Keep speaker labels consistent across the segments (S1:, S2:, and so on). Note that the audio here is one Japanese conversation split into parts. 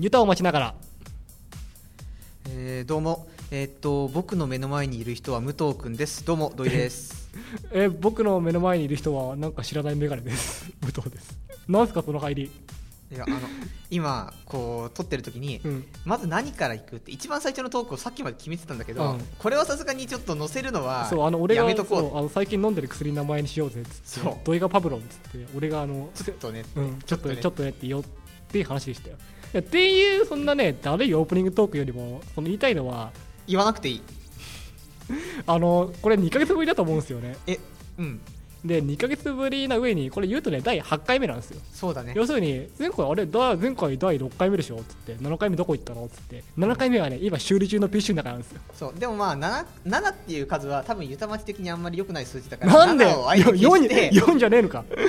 S1: ユタを待ちながら
S2: えーどうも、えーっと僕の目の前にいる人は武藤君です。どうも土 井です。
S1: えー僕の目の前にいる人はなんか知らないメガネです 武藤ですなんすかその入り
S2: いやあの今こう撮ってる時に、
S1: うん
S2: まず何から行くって一番最初のトークをさっきまで決めてたんだけど、
S1: うん
S2: これはさすがにちょっと載せるのは
S1: そうあの俺が
S2: やめとこう
S1: そうあの最近飲んでる薬の名前にしようぜっつって
S2: そう
S1: 土井がパブロンっつって俺があの
S2: ちょっとね、
S1: うん、ちょっとね、ち
S2: ち
S1: ょ
S2: ょ
S1: っとねって言おうっていう話でしたよ。いやっていう、そんなね、だるいオープニングトークよりも、その言いたいのは、
S2: 言わなくていい
S1: あの、これ2ヶ月ぶりだと思うんですよね。
S2: えうん
S1: で、2ヶ月ぶりな上に、これ言うとね、第8回目なんですよ。
S2: そうだね
S1: 要するに、前回、あれ、だ前回第6回目でしょつって、7回目どこ行ったのつって、7回目はね、今修理中の PC の中なんですよ。
S2: そうでもまあ 7, 7っていう数は多分ゆたまち的にあんまり良くない数字だから
S1: なんで
S2: 7を相手に
S1: 4
S2: し
S1: に、
S2: て
S1: 4じゃねえのか。う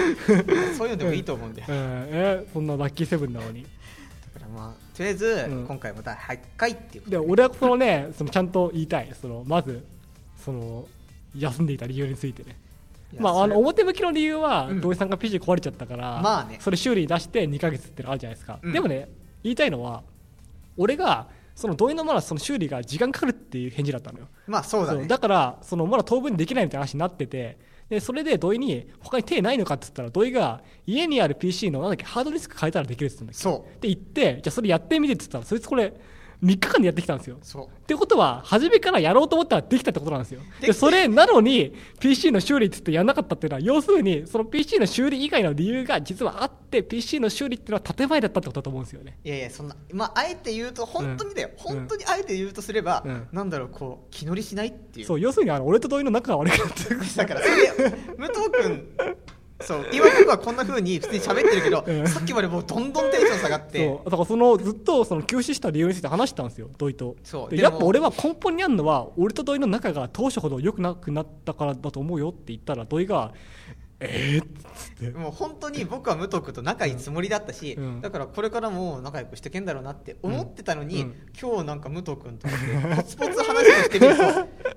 S1: ん
S2: そういうのでもいいと思うんだよ、
S1: えーそんなラッキーセブンなのに。
S2: だからまあとりあえず、
S1: うん
S2: 今回また8回っていうこと
S1: で俺はそのねそのちゃんと言いたいそのまずその休んでいた理由についてね
S2: いや
S1: まあ、あ
S2: それ
S1: の表向きの理由は
S2: うん
S1: 土井さんが PC 壊れちゃったから、
S2: まあね
S1: それ修理に出して2ヶ月ってのあるじゃないですか、
S2: うん
S1: でもね言いたいのは俺がその土井のまだその修理が時間かかるっていう返事だったのよ
S2: まあそうだ
S1: そ
S2: ね
S1: うからそのまだ当分できないみたいな話になっててでそれで土井に他に手ないのかって言ったら土井が家にある PC のなんだっけハードディスク変えたらできるって言ったんだっけ
S2: そう
S1: って言ってじゃあそれやってみてって言ったらそいつこれ3日間でやってきたんですよ
S2: そう
S1: ってことは、初めからやろうと思ったらできたってことなんですよ。
S2: きた
S1: で、それなのに、PC の修理って言ってやんなかったっていうのは、要するに、その PC の修理以外の理由が実はあって、PC の修理っていうのは建前だったってことだと思うんですよね。
S2: いやいやそんなまああえて言うと本当にだよ、本当にあえて言うとすれば、
S1: うん
S2: なんだろうこう気乗りしないっていう
S1: そう、要するに、あの、俺と同意の仲が悪くなってる。
S2: だからそれで武藤君そう今僕はこんな風に普通に喋ってるけど、
S1: うん
S2: さっきまでもうどんどんテンション下がって
S1: そう、だからその、ずっとその休止した理由について話したんですよ、同意と。
S2: そう
S1: で
S2: で
S1: や
S2: も
S1: っぱ俺は根本にあるのは、俺と同意の仲が当初ほど良くなくなったからだと思うよって言ったら、同意が、えー、っつって。
S2: もう本当に僕は武藤君と仲いいつもりだったし、
S1: うん
S2: だからこれからも仲良くしてけんだろうなって思ってたのに、
S1: うんうん
S2: 今日なんか武藤君とポツポツ話をしてみると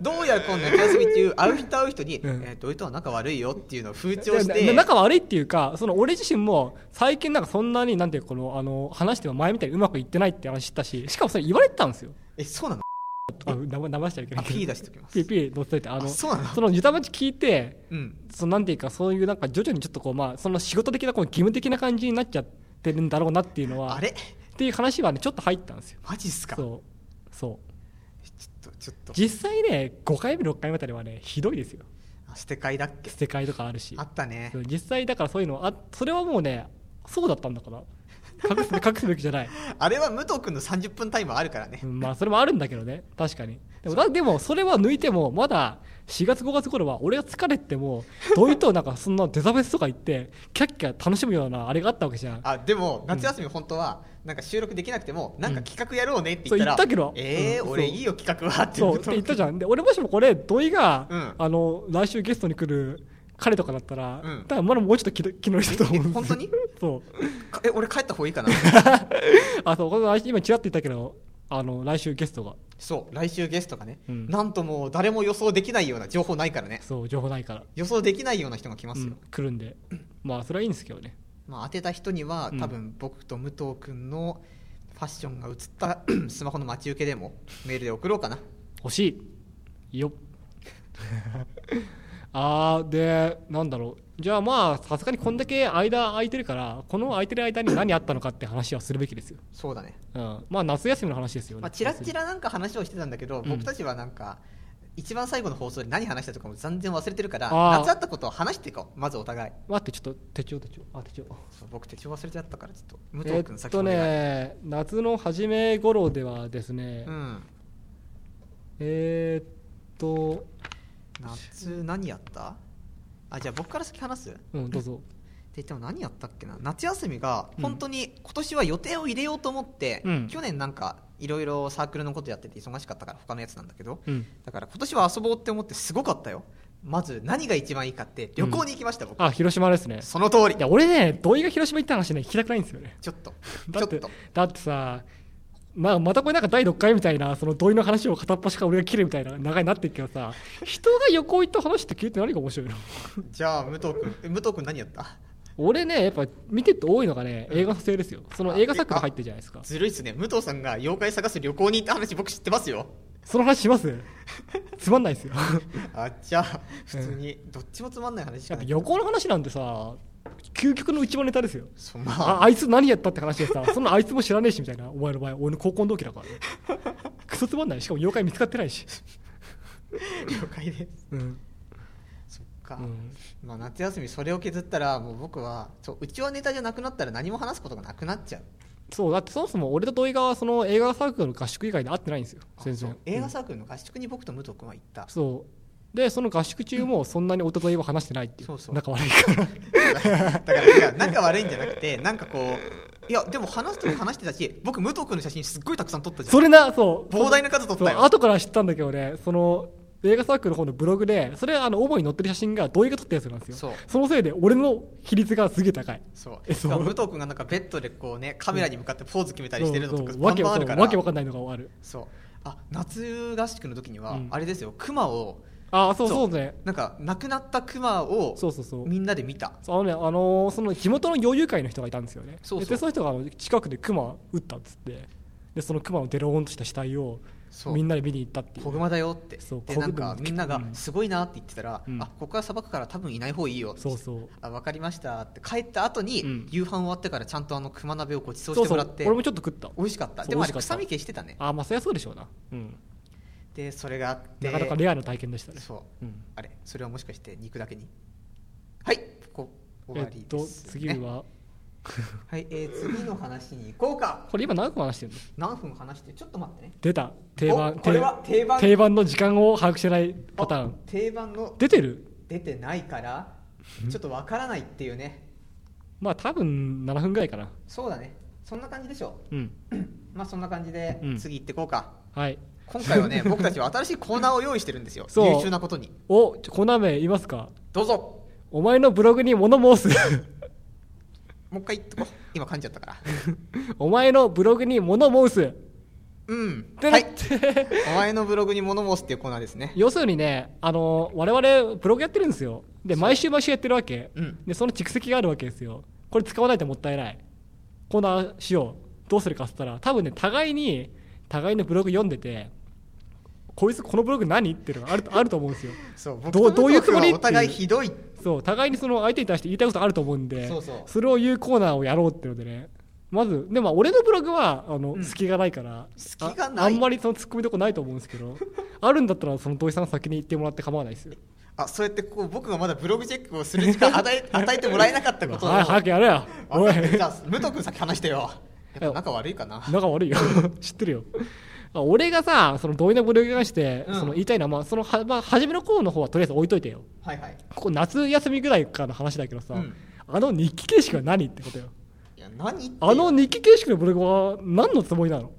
S2: どうやらこの夏休みっていう会う人会う人に、
S1: うん
S2: えー、どういう人は仲悪いよっていうのを風
S1: い
S2: 潮
S1: や
S2: して
S1: な仲悪いっていうかその俺自身も最近なんかそんなになんていうかこのあの話しても前みたいにうまくいってないって話したししかもそれ言われてたんですよ
S2: えそうなの
S1: あ名前名前しちゃいけな
S2: あ
S1: い
S2: P 出しておきます
S1: ピーピー乗せといてあ
S2: あ
S1: のそ
S2: そうなの
S1: のゆたまち聞いて
S2: うん
S1: そのなんていうかそういうなんか徐々にちょっとこうまあその仕事的なこう義務的な感じになっちゃってるんだろうなっていうのは
S2: あれ
S1: っていう話はねちょっと入ったんですよ
S2: マジっすかちょ
S1: そうそう
S2: っとちょっと
S1: 実際ね5回目6回目あたりはねひどいですよ
S2: あ捨て替えだっけ
S1: 捨て替えとかあるし
S2: あったね
S1: そう実際だからそういうのあそれはもうねそうだったんだ から隠す隠すべきじゃない、
S2: あれは武藤君の30分タイムあるからね
S1: うんまあそれもあるんだけどね確かにでもだでもそれは抜いてもまだ4月5月頃は俺が疲れてもどいとなんかそんなデザベスとか行ってキャッキャ楽しむようなあれがあったわけじゃん
S2: あでも夏休み本当はなんか収録できなくてもなんか企画やろうねって
S1: そ
S2: 言
S1: う
S2: った
S1: 言
S2: ら、
S1: ったけど
S2: えー
S1: うん
S2: 俺
S1: そう
S2: いいよ企画はって
S1: そうって言ったじゃんで俺もしもこれ土井が、
S2: うん
S1: あの来週ゲストに来る彼とかだったら、
S2: うん
S1: 多分まだもうちょっと気の 気乗りしてたと思うん
S2: え本当に
S1: そう
S2: かえ俺帰った方がいい かな
S1: あそうこの来週今ちらっと言ったけどあの来週ゲストが
S2: そう来週ゲストがね、
S1: うん
S2: なんともう誰も予想できないような情報ないからね
S1: そう情報ないから
S2: 予想できないような人が来ます
S1: う
S2: よ、
S1: ん、来るんで、まあそれはいいんですけどね、
S2: まあ、当てた人には
S1: うん
S2: 多分僕と武藤君のファッションが映った スマホの待ち受けでもメールで送ろうかな
S1: 欲しいよ あーで、なんだろう、じゃあまあ、さすがにこんだけ間空いてるから、この空いてる間に何あったのかって話はするべきですよ、
S2: そうだね
S1: うん、まあ夏休みの話ですよね。
S2: まあ、チラッチラなんか話をしてたんだけど、
S1: うん
S2: 僕たちはなんか一番最後の放送で何話したとかも全然忘れてるから
S1: あー
S2: 夏あったことを話していこうまずお互い
S1: 待って、ちょっと手帳、手帳、あ手帳。
S2: そう僕手帳忘れちゃったからちょっと武
S1: え
S2: 藤君
S1: っ
S2: 先お
S1: と
S2: 願い、
S1: ね、夏の初め頃ではですね、
S2: うん
S1: えーっと、
S2: 夏何やったあじゃあ僕から先話すって
S1: うん、どうぞ。
S2: 言っても何やったっけな夏休みが本当に今年は予定を入れようと思って、
S1: うん
S2: 去年なんかいろいろサークルのことやってて忙しかったから他のやつなんだけど
S1: うん、
S2: だから今年は遊ぼうって思ってすごかったよまず何が一番いいかって旅行に行きました、僕
S1: あ、広島ですね。
S2: その通り
S1: いや、俺ね、土井が広島行った話ね、聞きたくないんですよね。
S2: ちょっと、
S1: だっ
S2: ちょ
S1: て
S2: っと、
S1: だってさ、まあ、またこれなんか第6回みたいな、その同意の話を片っ端から俺が切るみたいな流れになってるけど さ、人が横行った話って聞いて何が面白いの
S2: じゃあ、武藤君、え武藤君何やった
S1: 俺ねやっぱ見てて多いのがね映画のせいですよその映画作品入ってるじゃないですか
S2: ずるいっすね武藤さんが妖怪探す旅行に行った話僕知ってますよ
S1: その話しますつまんないですよ
S2: あじゃあ普通にどっちもつまんない話し
S1: や
S2: か
S1: っぱ
S2: ない
S1: 横の話なんてさ究極の一番ネタですよ
S2: そうま
S1: あ
S2: あ
S1: あいつ何やったって話でさそんなあいつも知らねえしみたいなお前の場合俺の高校の同期だから ねクソつまんないしかも妖怪見つかってないし
S2: 了解です
S1: うん、
S2: そっか、
S1: うん
S2: まあ、夏休みそれを削ったらもう僕はそううちはネタじゃなくなったら何も話すことがなくなっちゃう
S1: そうだってそもそも俺と土井がその映画サークルの合宿以外で会ってないんですよ全
S2: あそ
S1: 然
S2: う映画
S1: うん
S2: サークルの合宿に僕と武藤君は行った、
S1: そうでその合宿中もそんなにおとといは話してないっていう
S2: そうそう
S1: 仲悪いから
S2: だからいや仲悪いんじゃなくてなんかこういやでも話すとき話してたし僕武藤君の写真すっごいたくさん撮ったじゃん
S1: それなそう
S2: 膨大な数撮った
S1: そう
S2: よ
S1: 後から知ったんだけどねその映画サークルの方のブログでそれあの主に載ってる写真が土井が撮ったやつなんですよ
S2: そう
S1: そのせいで俺の比率がすげえ高い
S2: そう
S1: えそう
S2: だから武藤君がなんかベッドでこうねカメラに向かってポーズ決めたりしてるのとか
S1: そうそう
S2: バ
S1: わ
S2: ン
S1: け
S2: バンあ
S1: わ
S2: る
S1: か
S2: か
S1: ん
S2: ら
S1: わけわかんないのがある
S2: そうあ夏合宿の時には、
S1: うん
S2: あれですよクマを
S1: ああそう
S2: そ
S1: そううね
S2: なんか亡くなったクマを
S1: そうそうそう
S2: みんなで見た
S1: そうあのね、あのーその地元の猟友会の人がいたんですよね
S2: そうそう
S1: でその人があの近くでクマ撃ったっつってでそのクマのデローンとした死体を
S2: そう
S1: みんなで見に行ったっていう
S2: 子グマだよって
S1: そう
S2: で
S1: 子
S2: なん
S1: グマ
S2: かみんなが
S1: うん
S2: すごいなって言ってたら、
S1: うん
S2: あここは砂漠から多分いない方がいいよって
S1: そうそう
S2: あ分かりましたって帰った後に、
S1: うん
S2: 夕飯終わってからちゃんとあの熊鍋をご馳
S1: そう
S2: 走しても
S1: そ
S2: ら
S1: う
S2: って
S1: 俺もちょっと食った
S2: 美味しかった
S1: そう
S2: でもあれ
S1: 美味しか
S2: 臭
S1: った
S2: み消してたね
S1: あーまあそりゃそうでしょうな、うん、
S2: でそれがあって
S1: なかなかレアな体験でしたね、
S2: そう
S1: うん、
S2: あれそれはもしかして肉だけにはいここ終
S1: え
S2: わり
S1: っ
S2: で
S1: と
S2: す、ね
S1: 次は
S2: はい、えー次の話に行こうか
S1: これ今何個話してるの
S2: 何分話してちょっと待ってね
S1: 出た定番
S2: おこれは定番
S1: 定番の時間を把握してないパターン
S2: あ定番の
S1: 出てる
S2: 出てないからちょっとわからないっていうね
S1: まあ多分7分ぐらいかな
S2: そうだねそんな感じでしょ
S1: うん
S2: まあそんな感じで
S1: うん
S2: 次行ってこうか、
S1: はい
S2: 今 回はね僕たちは新しいコーナーを用意してるんですよ
S1: そう
S2: 優秀なことに
S1: おちょコナメいますか
S2: どうぞ
S1: お前のブログに物申す
S2: もう一回言ってこう今噛んじゃったから
S1: お前のブログに物申す
S2: うん
S1: で
S2: はい
S1: で
S2: お前のブログに物申すっていうコーナーです ね
S1: 要するにねあの我々ブログやってるんですよで毎週毎週やってるわけ、
S2: うん
S1: でその蓄積があるわけですよこれ使わないともったいないコーナーしようどうするかっつったら多分ね互いに互いのブログ読んでてこいつこのブログ何っていうのがあるあると思うんですよ
S2: そう
S1: どうどういうつもりっていう
S2: お互いひどい
S1: そう互いにその相手に対して言いたいことあると思うんで
S2: そうそう
S1: れを言うコーナーをやろうっていうのでねまずでも俺のブログはあの、
S2: うん
S1: 隙がないから
S2: 隙がない
S1: ああんまりそのツッコミどこないと思うんですけどあるんだったらその土井さん先に言ってもらって構わないですよ
S2: あそうやってこう僕がまだブログチェックをする 時間与え与えてもらえなかったことを
S1: はい早くやれよおい
S2: わかったじゃあ武藤君先話してよやっぱ仲悪いかな
S1: 仲悪いよ 知ってるよあ俺がさその土井のブログに関して、
S2: うん
S1: その言いたいのは、まあそのはまあ、初めの頃の方はとりあえず置いといてよ
S2: はいはい
S1: ここ夏休みぐらいからの話だけどさ、
S2: うん
S1: あの日記形式は何ってことよ
S2: いや何言ってよ
S1: あの日記形式のブログは何のつもり なの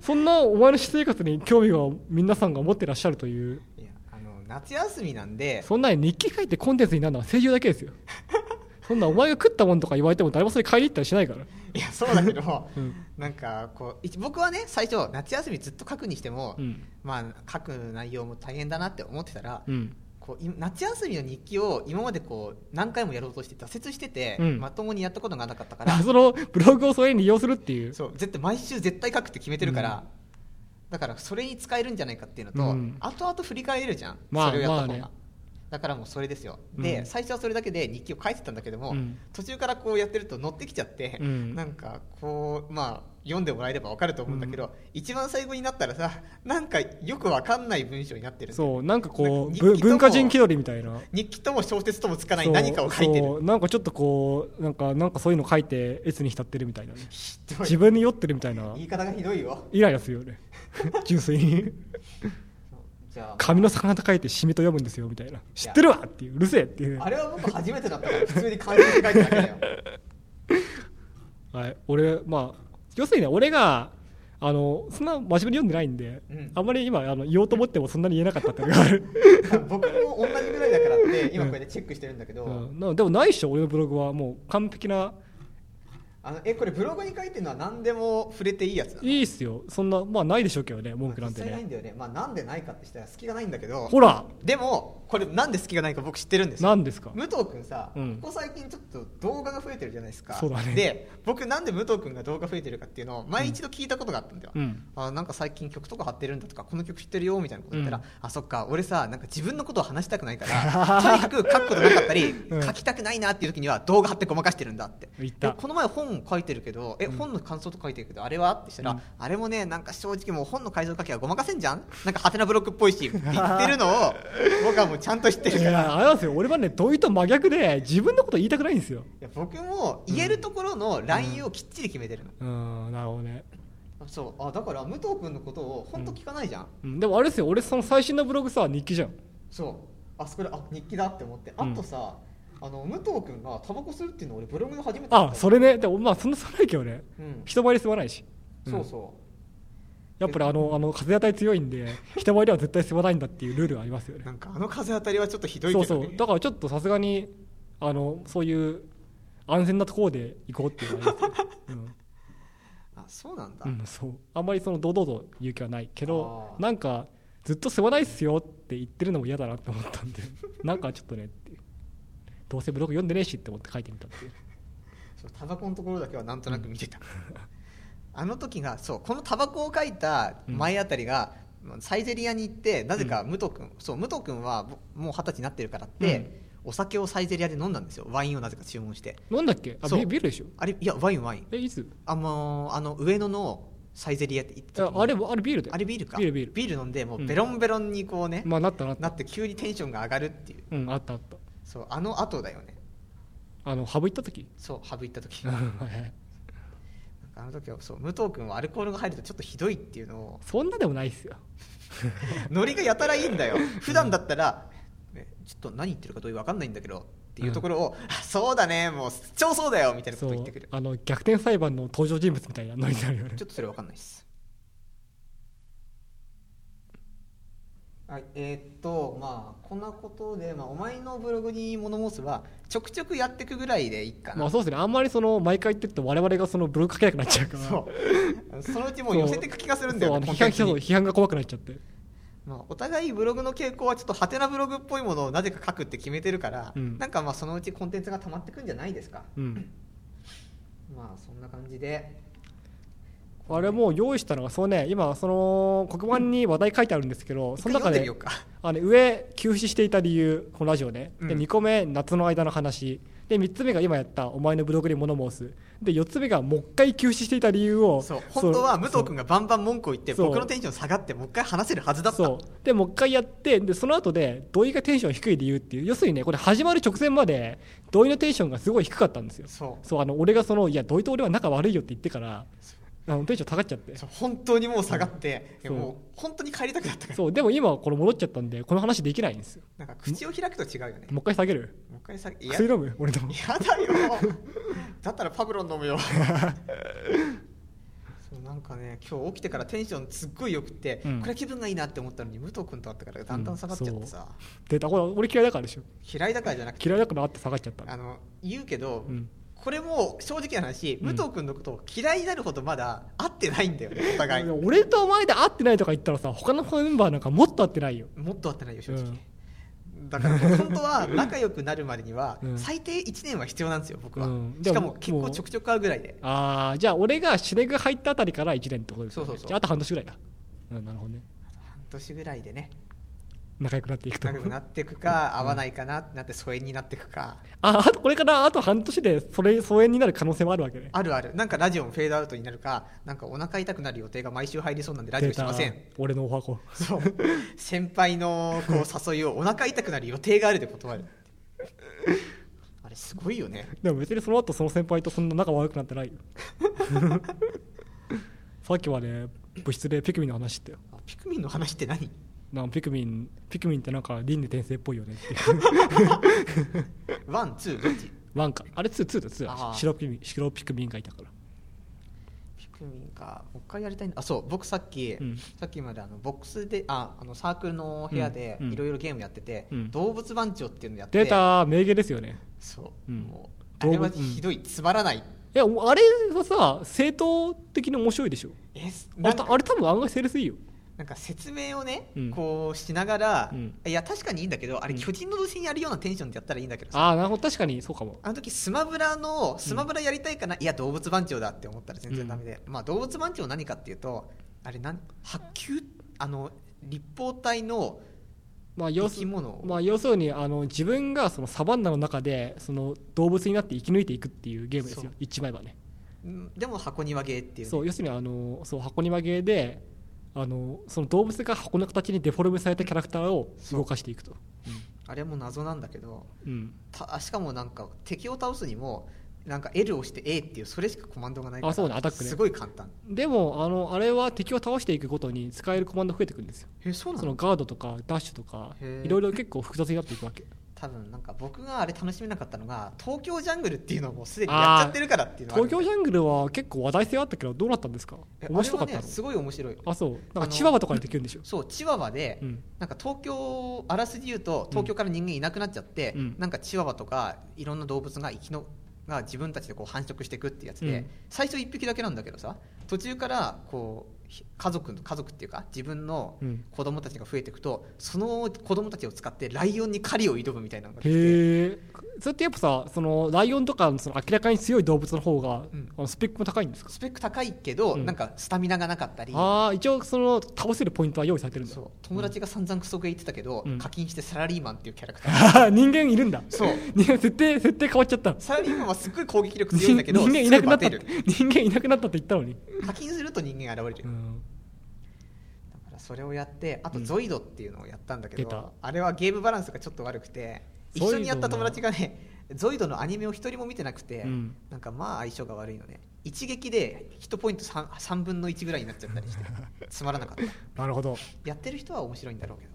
S1: そんなお前の私生活に興味を皆さんが持ってらっしゃるという
S2: いやあの夏休みなんで
S1: そんな日記書いてコンテンツになるのは政治だけですよそんなお前が食ったもんとか言われても誰もそれ買いに行ったりしないから
S2: いやそうだけど、
S1: うん
S2: なんかこう一僕はね最初夏休みずっと書くにしても、
S1: うん
S2: まあ書く内容も大変だなって思ってたら、
S1: うん
S2: こうい夏休みの日記を今までこう何回もやろうとして挫折してて、
S1: うん
S2: まともにやったことがなかったか
S1: だかららそのブログをそれに利用するっていう
S2: そう絶対毎週絶対書くって決めてるから、だからそれに使えるんじゃないかっていうのと、
S1: うん
S2: 後々振り返れるじゃん、
S1: まあ
S2: それをやった方が、
S1: まあね
S2: だからもうそれですよ、
S1: うん
S2: で最初はそれだけで日記を書いてたんだけども、
S1: うん
S2: 途中からこうやってると乗ってきちゃって、
S1: うん
S2: なんかこうまあ読んでもらえれば分かると思うんだけど、一番最後になったらさなんかよく分かんない文章になってるんだよ
S1: そうなんかこ
S2: なん
S1: う
S2: か日記とも
S1: ぶ文化人気取りみたいな
S2: 日記とも小説ともつかない
S1: そう
S2: 何かを書いて
S1: そ
S2: る
S1: うなんかちょっとこうなんかなんかそういうの書いて越に浸ってるみたいなね
S2: ひど
S1: 自
S2: い
S1: 分に酔ってるみたいな
S2: 言い方がひどいよ
S1: イライラするよ ね純粋に
S2: じゃあ
S1: 紙の魚と書いてシミと読むんですよみたいな知ってるわっていううるせえっていう
S2: あ
S1: ね
S2: れは僕初めてだったから普通に漢字で書いてただけだよ
S1: はい俺まあ要するにね俺があのそんな真面目に読んでないんで、
S2: うん
S1: あんまり今あの言おうと思ってもそんなに言えなかったっていうのがある、
S2: 僕も同じぐらいだからって今こうやってチェックしてるんだけど、
S1: うんなでもないっしょ俺のブログはもう完璧な
S2: あのえこれブログに書いてるのは何でも触れていいやつなの
S1: いいっすよそんなまあないでしょうけどね文句なんて
S2: まあ実際
S1: ね
S2: ないんだよね、まあ、なんでないかってしたら隙がないんだけど
S1: ほら
S2: でもこれなんで隙がないか僕知ってるんですよ
S1: 何ですか
S2: 武藤君さ、
S1: うん
S2: ここ最近ちょっと動画が増えてるじゃないですか
S1: そうだね
S2: で僕なんで武藤君が動画増えてるかっていうのを前一度聞いたことがあったんだよ、
S1: うん
S2: あなんか最近曲とか貼ってるんだとかこの曲知ってるよみたいなこと言ったら、
S1: うん
S2: あそっか俺さなんか自分のことを話したくないから とにかく書くことなかったり、
S1: うん
S2: 書きたくないなっていう時には動画貼ってごまかしてるんだって
S1: 言った
S2: でこの前本書いてるけどえ、
S1: うん
S2: 本の感想とか書いてるけどあれはってしたら、
S1: うん
S2: あれもねなんか正直もう本の改造書きはごまかせんじゃんなんかハテナブロックっぽいしって言ってるのを僕はもうちゃんと知ってる
S1: い
S2: から。
S1: やあれなんですよ俺はね問いと真逆で自分のこと言いたくないんですよ
S2: いや僕も言えるところのラインをきっちり決めてるの、
S1: うーんなるほどね、
S2: そうあだから武藤君のことを本当聞かないじゃん、
S1: うん、でもあれですよ俺その最新のブログさ日記じゃん
S2: そうあそこであ日記だって思ってあ
S1: うん
S2: とさ、あの武藤君がタバコ吸うっていうの俺ブログの初めて
S1: あそ
S2: れ、
S1: れねでもまあそんなそんないけどね
S2: うん、
S1: 人前で吸わないし、うん
S2: そうそ
S1: やっぱりあのあの風当たり強いんで人前では絶対吸わないんだっていうルールがありますよ
S2: う
S1: ね
S2: なんかあの風当たりはちょっとひどいけ
S1: そ
S2: ど、
S1: う
S2: ね、
S1: そうだからちょっとさすがにあのそういう安全なところで行こうっていうのがありますよ、
S2: あそうなんだ、
S1: うんうん、そうあんまりその堂々と言う気はないけど
S2: あー
S1: なんかずっと吸わないっすよって言ってるのも嫌だなって思った んでなんかちょっとねっていうどうせブログ読んでねえしって思って書いてみたっていう
S2: そうタバコのところだけはなんとなく見てた、 あの時がそうこのタバコを書いた前あたりが、サイゼリアに行ってなぜか武藤君、そう武藤君はももう二十歳になってるからって、お酒をサイゼリアで飲んだんですよワインをなぜか注文して
S1: なんだっけあ
S2: そう
S1: ビビールでしょ
S2: あれいやワインワイン
S1: えいつ
S2: あのーあの上野のサイゼリアって行った
S1: あ
S2: 時に
S1: あれあれビールだよ
S2: あれビールか
S1: ビールビール
S2: 飲んでもうベロンベロンにこうね、
S1: まあなったなった
S2: なって急にテンションが上がるっていう
S1: うんあったあった
S2: そうあの後だよね
S1: あのハブ行った 時
S2: そうハブ行った時
S1: うんはいはい
S2: なんかあの時はそう武藤君はアルコールが入るとちょっとひどいっていうのを
S1: そんなでもないっすよ
S2: ノリがやたらいいんだよ普段だったら、ねちょっと何言ってるかどういうわかんないんだけどっていうところを、あそうだねもう超そうだよみたいなこ
S1: そ
S2: と
S1: う
S2: 言ってくる
S1: あの逆転裁判の登場人物みたいなノリになるよね
S2: ちょっとそれわかん ないですはいえーっとまあこんなことで、まあ、お前のブログに物申すはちょくちょくやってくぐらいでいいかな、
S1: まあそうですねあんまりその毎回言ってると我々がそのブログ書けなくなっちゃうから
S2: そうそのうちもう寄せてく気がするん
S1: そ
S2: だ
S1: う
S2: よ
S1: あ
S2: ね
S1: の
S2: コン
S1: 批
S2: テン
S1: 判
S2: ツ
S1: そう
S2: に
S1: 批判が怖くなっちゃって
S2: まあ、お互いブログの傾向はちょっとハテナブログっぽいものをなぜか書くって決めてるから、
S1: うん
S2: なんかまあそのうちコンテンツが溜まってくんじゃないですか
S1: うん
S2: まあそんな感じで
S1: あれもう用意したのがそうね今その黒板に話題書いてあるんですけどその中
S2: 一回読んでみ
S1: で
S2: ようか
S1: あの上休止していた理由このラジオね、で
S2: うん
S1: 2個目夏の間の話で3つ目が今やったお前のブログに物申すで4つ目がもう一回休止していた理由を
S2: そう
S1: そう
S2: 本当は武藤君がバンバン文句を言って
S1: そう
S2: 僕のテンション下がってもう一回話せるはずだった
S1: そうでもう一回やってでその後で土井がテンション低い理由っていう要するにねこれ始まる直前まで土井のテンションがすごい低かったんですよ
S2: そう
S1: そうあの俺がそのいや土井と俺は仲悪いよって言ってからあのテンション下がっちゃって
S2: そう本当にもう下がって、
S1: そう
S2: もう本当に帰りたくなったから
S1: そうでも今はこれ戻っちゃったんでこの話できないんですよ
S2: なんか口を開くと違うよね
S1: もう一回下げる
S2: もう一回下げいや
S1: 薬飲む俺でも
S2: やだよだったらパブロン飲 むよそうなんかね今日起きてからテンションすっごいよくって、
S1: うん
S2: これ気分がいいなって思ったのに武藤君と会ったからだんだん下がっちゃってさ、
S1: でだこれ俺嫌いだからでしょ
S2: 嫌いだからじゃなくて
S1: 嫌いだからあって下がっちゃった
S2: あ
S1: の
S2: の言うけど、
S1: うん
S2: これも正直な話
S1: うん
S2: 武藤君のことを嫌いになるほどまだ会ってないんだよねお互いも
S1: 俺とお前で会ってないとか言ったらさ他のメンバーなんかもっと会ってないよ
S2: っと会ってないよ正直、だからもう本当は仲良くなるまでには
S1: うん
S2: 最低1年は必要なんですよ僕は、
S1: うん
S2: しか
S1: でも
S2: も結構ちょくちょく会うぐらいで
S1: ああじゃあ俺がシネグ入ったあたりから1年ってことですよね
S2: そうそうそう
S1: じゃああと半年ぐらいだ、うん、なるほどね
S2: 半年ぐらいでね
S1: 仲良くなっていくと
S2: 仲良くなっていくか合わないかなってなって疎遠になっていくか
S1: ああとこれからあと半年でそれ疎遠になる可能性もあるわけね
S2: あるあるなんかラジオもフェードアウトになるかなんかお腹痛くなる予定が毎週入りそうなんでラジオしません
S1: 出た俺のお箱
S2: そう先輩のこう誘いをお腹痛くなる予定があるで断るあれすごいよね
S1: でも別にその後その先輩とそんな仲悪くな ってないよさっきはね部室でピクミンの話してたよ
S2: あピクミンの話って何
S1: なんかピクミンピクミンってなんか輪廻転生っぽいよねっていう
S2: ワンツーどっち
S1: ワンかあれツーツーだツ
S2: あ
S1: ー
S2: ー
S1: 白ピクミン白ピクミンがいたから
S2: ピクミンかもう一回やりたいなあそう僕さっき、
S1: うん
S2: さっきまであのボックスでああのサークルの部屋で
S1: うんうん
S2: いろいろゲームやってて、
S1: うん
S2: 動物番長っていうのやって
S1: 出た名言ですよね
S2: そう、
S1: うん
S2: もうあ
S1: 動
S2: れ
S1: 物
S2: はひどいつまらない
S1: いやおあれはさ正当的に面白いでしょ
S2: えす
S1: あ
S2: な
S1: れ
S2: んか
S1: たあれ多分案外セールスいいよ
S2: なんか説明をね、
S1: うん
S2: こうしながら、
S1: うん
S2: いや確かにいいんだけどあれ
S1: うん
S2: 巨人の年にやるようなテンションでやったらいいんだけどさ
S1: ああなるほど確かにそうかも
S2: あの時スマブラのスマブラやりたいかな、いや動物番長だって思ったら全然ダメで、まあ動物番長何かっていうとあれなん白球あの立方体の
S1: まあ要
S2: 生
S1: す
S2: き物を、
S1: まあ、要するにあの自分がそのサバンナの中でその動物になって生き抜いていくっていうゲームです
S2: そ
S1: よ
S2: う
S1: 一枚はね
S2: うんでも箱庭芸っていう,、
S1: そう要するにあのそう箱庭ゲーであのその動物が箱の形にデフォルメされたキャラクターを
S2: そう
S1: 動かしていくと
S2: あれも謎なんだけど
S1: うん、
S2: たしかもなんか敵を倒すにもなんか L を押して A っていうそれしかコマンドがないから
S1: あそうねアタックね
S2: すごい簡単
S1: でもあのあれは敵を倒していくごとに使えるコマンド増えていくんですよ
S2: えそうな
S1: そ
S2: の
S1: のガードとかダッシュとか
S2: へー
S1: いろいろ結構複雑になっていくわ け
S2: 多分なんか僕があれ楽しめなかったのが東京ジャングルっていうのをもうすでにやっちゃってるからっていうのがある
S1: 東京ジャングルは結構話題性あったけどどうなったんですか
S2: え
S1: 面白かった
S2: あ
S1: の
S2: れはねすごい面白い
S1: あそうなん
S2: あ
S1: か
S2: の
S1: チワワとかにできるんでしょ
S2: そうチワワで、
S1: うん
S2: なんか東京あらすじ言うと東京から人間いなくなっちゃって、
S1: うん
S2: なんかチワワとかいろんな動物が生きのが自分たちでこう繁殖していくってやつで、
S1: うん
S2: 最初1匹だけなんだけどさ途中からこうひ家族の家族っていうか自分の
S1: うん
S2: 子供たちが増えていくとその子供たちを使ってライオンに狩りを挑むみたいなのが
S1: へえそれってやっぱさそのライオンとかのその明らかに強い動物の方が、
S2: うん
S1: あのスペックも高いんですか
S2: スペック高いけど、
S1: うん
S2: なんかスタミナがなかったり
S1: ああ一応その倒せるポイントは用意されてるんだ
S2: そう友達が散々クソゲー言ってたけど、
S1: うん
S2: 課金してサラリーマンっていうキャラ クター
S1: あー人間いるんだ
S2: そう
S1: 人間設定設定変わっちゃったの
S2: サラリーマンはすっごい攻撃力強い
S1: 人
S2: んだけど
S1: 人間いなくなったっ
S2: す
S1: て
S2: ぐバ
S1: 人間いなくなったって言ったのに、
S2: テる課金すると人間が現れ
S1: う
S2: る、
S1: ん、
S2: だからそれをやってあと
S1: うん
S2: ゾイドっていうのをやったんだけ
S1: 出た
S2: ど、あれはゲームバランスがちょっと悪くて一
S1: ゾイドな
S2: 緒にやった友達がねゾイドのアニメを一人も見てなくて、
S1: うん
S2: なんかまあ相性が悪いのね一撃で1ポイント 3, 3分の1ぐらいになっちゃったりして つまらなかった
S1: なるほど
S2: やってる人は面白いんだろうけど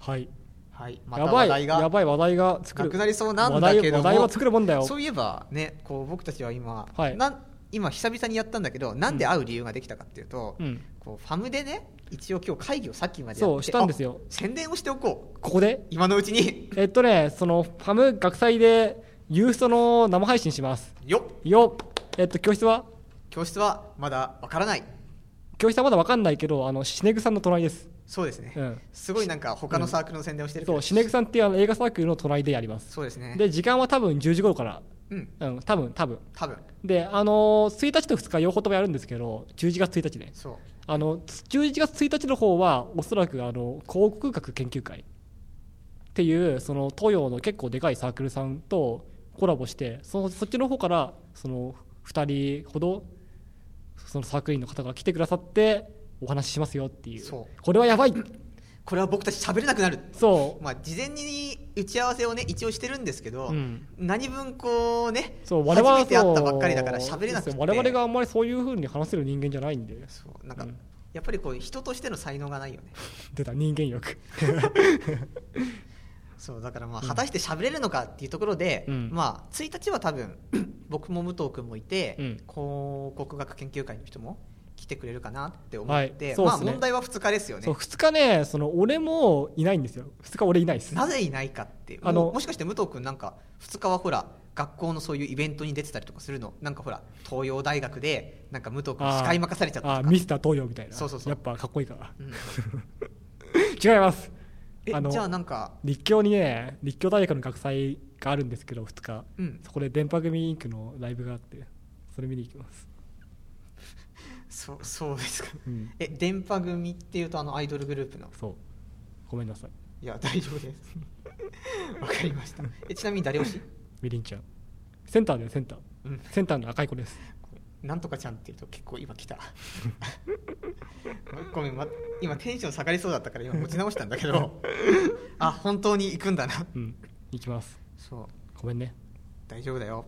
S1: はい
S2: はいまた
S1: やば
S2: 話
S1: い
S2: 題が
S1: やばい話題が作
S2: な
S1: る
S2: くなりそうなんだけ
S1: 話題
S2: ども
S1: 話題は作るもんだよ
S2: そういえばねこう僕たちは今、
S1: はい
S2: なん今久々にやったんだけどなんで会う理由ができたかっていうと、
S1: うん、
S2: こうファムでね一応今日会議をさっきまでやって
S1: そうしたんですよ
S2: あ宣伝をしておこう
S1: ここで
S2: 今のうちに
S1: えっとねそのファム学祭でユーストの生配信します
S2: よっ
S1: よっえっと教室は
S2: 教室はまだわからない
S1: 教室はまだ分かんないけどあのシネグさんの隣です、
S2: そうですね、
S1: うん、
S2: すごいなんか他のサークルの宣伝をしてるけ
S1: そ
S2: ど、
S1: うシネグさんっていうあの映画サークルの隣でやります
S2: そうですね
S1: で時間は多分10時頃から
S2: うん
S1: うん多分多分
S2: 多分
S1: であのー1日と2日両方ともやるんですけど11月1日ね
S2: そう
S1: あの11月1日の方はおそらくあの考古学研究会っていうその東洋の結構でかいサークルさんとコラボしてそのそっちの方からその2人ほどそのサークル員の方が来てくださってお話ししますよっていう
S2: そ
S1: これはやばい
S2: これは僕たち喋れなくなる
S1: そう
S2: まあ事前に打ち合わせをね一応してるんですけど、
S1: うん
S2: 何分こうね
S1: そう我々は
S2: 初めて会ったばっかり
S1: そう
S2: だから喋れなく
S1: そう
S2: て
S1: 我々があんまりそういうふうに話せる人間じゃないんで
S2: そうなんか、
S1: うん
S2: やっぱりこう人としての才能がないよね
S1: 出た人間欲
S2: そうだからまあ果たして喋れるのかっていうところで、
S1: うん
S2: まあ1日は多分 僕も武藤君もいて、
S1: うん
S2: 考古学研究会の人も来てくれるかなって思
S1: は
S2: っ
S1: い
S2: て、
S1: そうっ
S2: ますあ
S1: ね
S2: 問題は2日です よ
S1: そう
S2: ね
S1: 2日ねその俺もいないんですよ2日俺いないです
S2: なぜいないかって
S1: あの
S2: もうもしかして武藤君なんか2日はほら学校のそういうイベントに出てたりとかするのなんかほら東洋大学でなんか武藤君
S1: あー
S2: 司会任されちゃった
S1: あ
S2: とか
S1: ミスター東洋みたいな
S2: そうそうそう
S1: やっぱかっこいいから
S2: うん
S1: 違います
S2: え
S1: あの
S2: じゃあなんか
S1: 立教にね立教大学の学祭があるんですけど2日
S2: うん
S1: そこで電波組インクのライブがあってそれ見に行きます、
S2: そそうですか
S1: うん、
S2: え電波組っていうとあのアイドルグループの
S1: そうごめんなさい
S2: いや大丈夫です わかりましたえちなみに誰推し
S1: みりんちゃんセンターだよセンター
S2: うん
S1: センターの赤い子です
S2: なんとかちゃんっていうと結構今来た ごめん、ま、今テンション下がりそうだったから今持ち直したんだけどあ本当に行くんだな
S1: うん行きます
S2: そう
S1: ごめんね
S2: 大丈夫だよ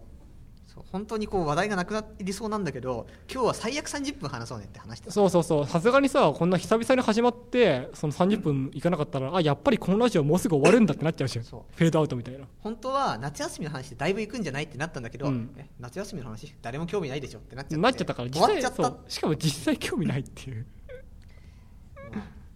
S2: そう本当にこう話題がなくなりそうなんだけど今日は最悪30分話そうねって話して
S1: そうそうそうさすがにさこんな久々に始まってその30分いかなかったらあやっぱりこのラジオもうすぐ終わるんだってなっちゃうじゃん
S2: そう
S1: フェードアウトみたいな
S2: 本当は夏休みの話でだいぶ行くんじゃないってなったんだけど、
S1: うん
S2: え夏休みの話誰も興味ないでしょってなっちゃって
S1: なっちゃったから
S2: 終わっちゃっ
S1: そ
S2: た
S1: うしかも実際興味ないっていう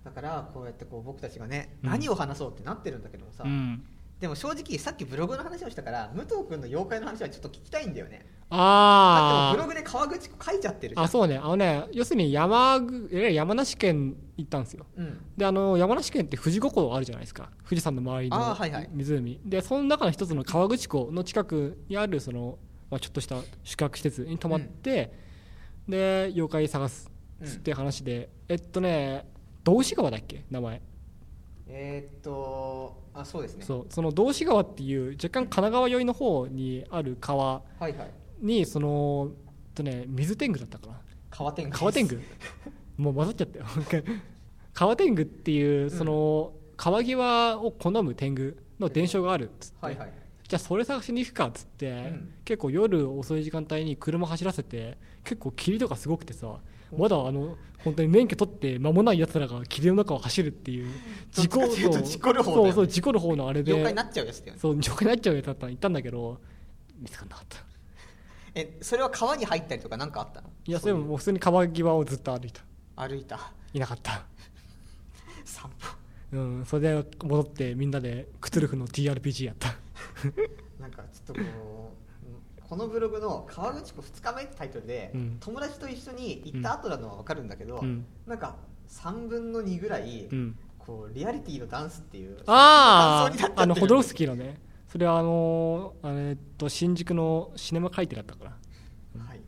S2: だからこうやってこう僕たちがね、
S1: うん
S2: 何を話そうってなってるんだけどもさ、
S1: うん
S2: でも正直さっきブログの話をしたから武藤君の妖怪の話はちょっと聞きたいんだよねあでもブ
S1: あ
S2: ログで川口湖書いちゃってる
S1: あ
S2: じゃん
S1: あそうねあのね要するに山ぐえ山梨県行ったんですよ
S2: うん
S1: であの山梨県って富士五湖あるじゃないですか富士山の周りの湖、
S2: あーはいはい
S1: でその中の一つの河口湖の近くにあるその、まあ、ちょっとした宿泊施設に泊まって、で妖怪探す
S2: う
S1: っつっ
S2: ん
S1: て話で、えっとね道志川だっけ名前、
S2: えーっとあそうですね
S1: そうその道志川っていう若干神奈川寄りの方にある川
S2: はいはい
S1: にそのえっとね水天狗だったかな
S2: 川天狗
S1: 川天狗もう混ざっちゃったよ 川天狗っていうその川際を好む天狗の伝承があるっつって、
S2: はいはい
S1: じゃあそれ探しに行くかっつって、
S2: ん
S1: 結構夜遅い時間帯に車走らせて結構霧とかすごくてさまだあの本当に免許取って間もないやつらが霧の中を走るっていう
S2: どっちかっていうと事故る方だよ
S1: そ
S2: ね
S1: うそう事故る方のあれで
S2: 妖怪になっちゃうやつだよね
S1: そう妖怪になっちゃうやつだったの行ったんだけど見つかんなかった
S2: えそれは川に入ったりとか何かあったの
S1: いやそれ
S2: う
S1: も
S2: う
S1: もう普通に川際をずっと歩いた
S2: 歩いた
S1: いなかった
S2: 散歩
S1: うん、それで戻ってみんなでクトゥルフの TRPG やった
S2: なんかちょっとこう このブログの「川口湖2日目」ってタイトルで、
S1: うん
S2: 友達と一緒に行った後なのは分かるんだけど、
S1: うん
S2: なんか3分の2ぐらい、
S1: うん
S2: こうリアリティのダンスっていう
S1: あ
S2: 感想に
S1: あ
S2: なっちゃってる
S1: あのホドロフスキーのねそれはあのーあれえっと新宿のシネマ回転だったか
S2: はい、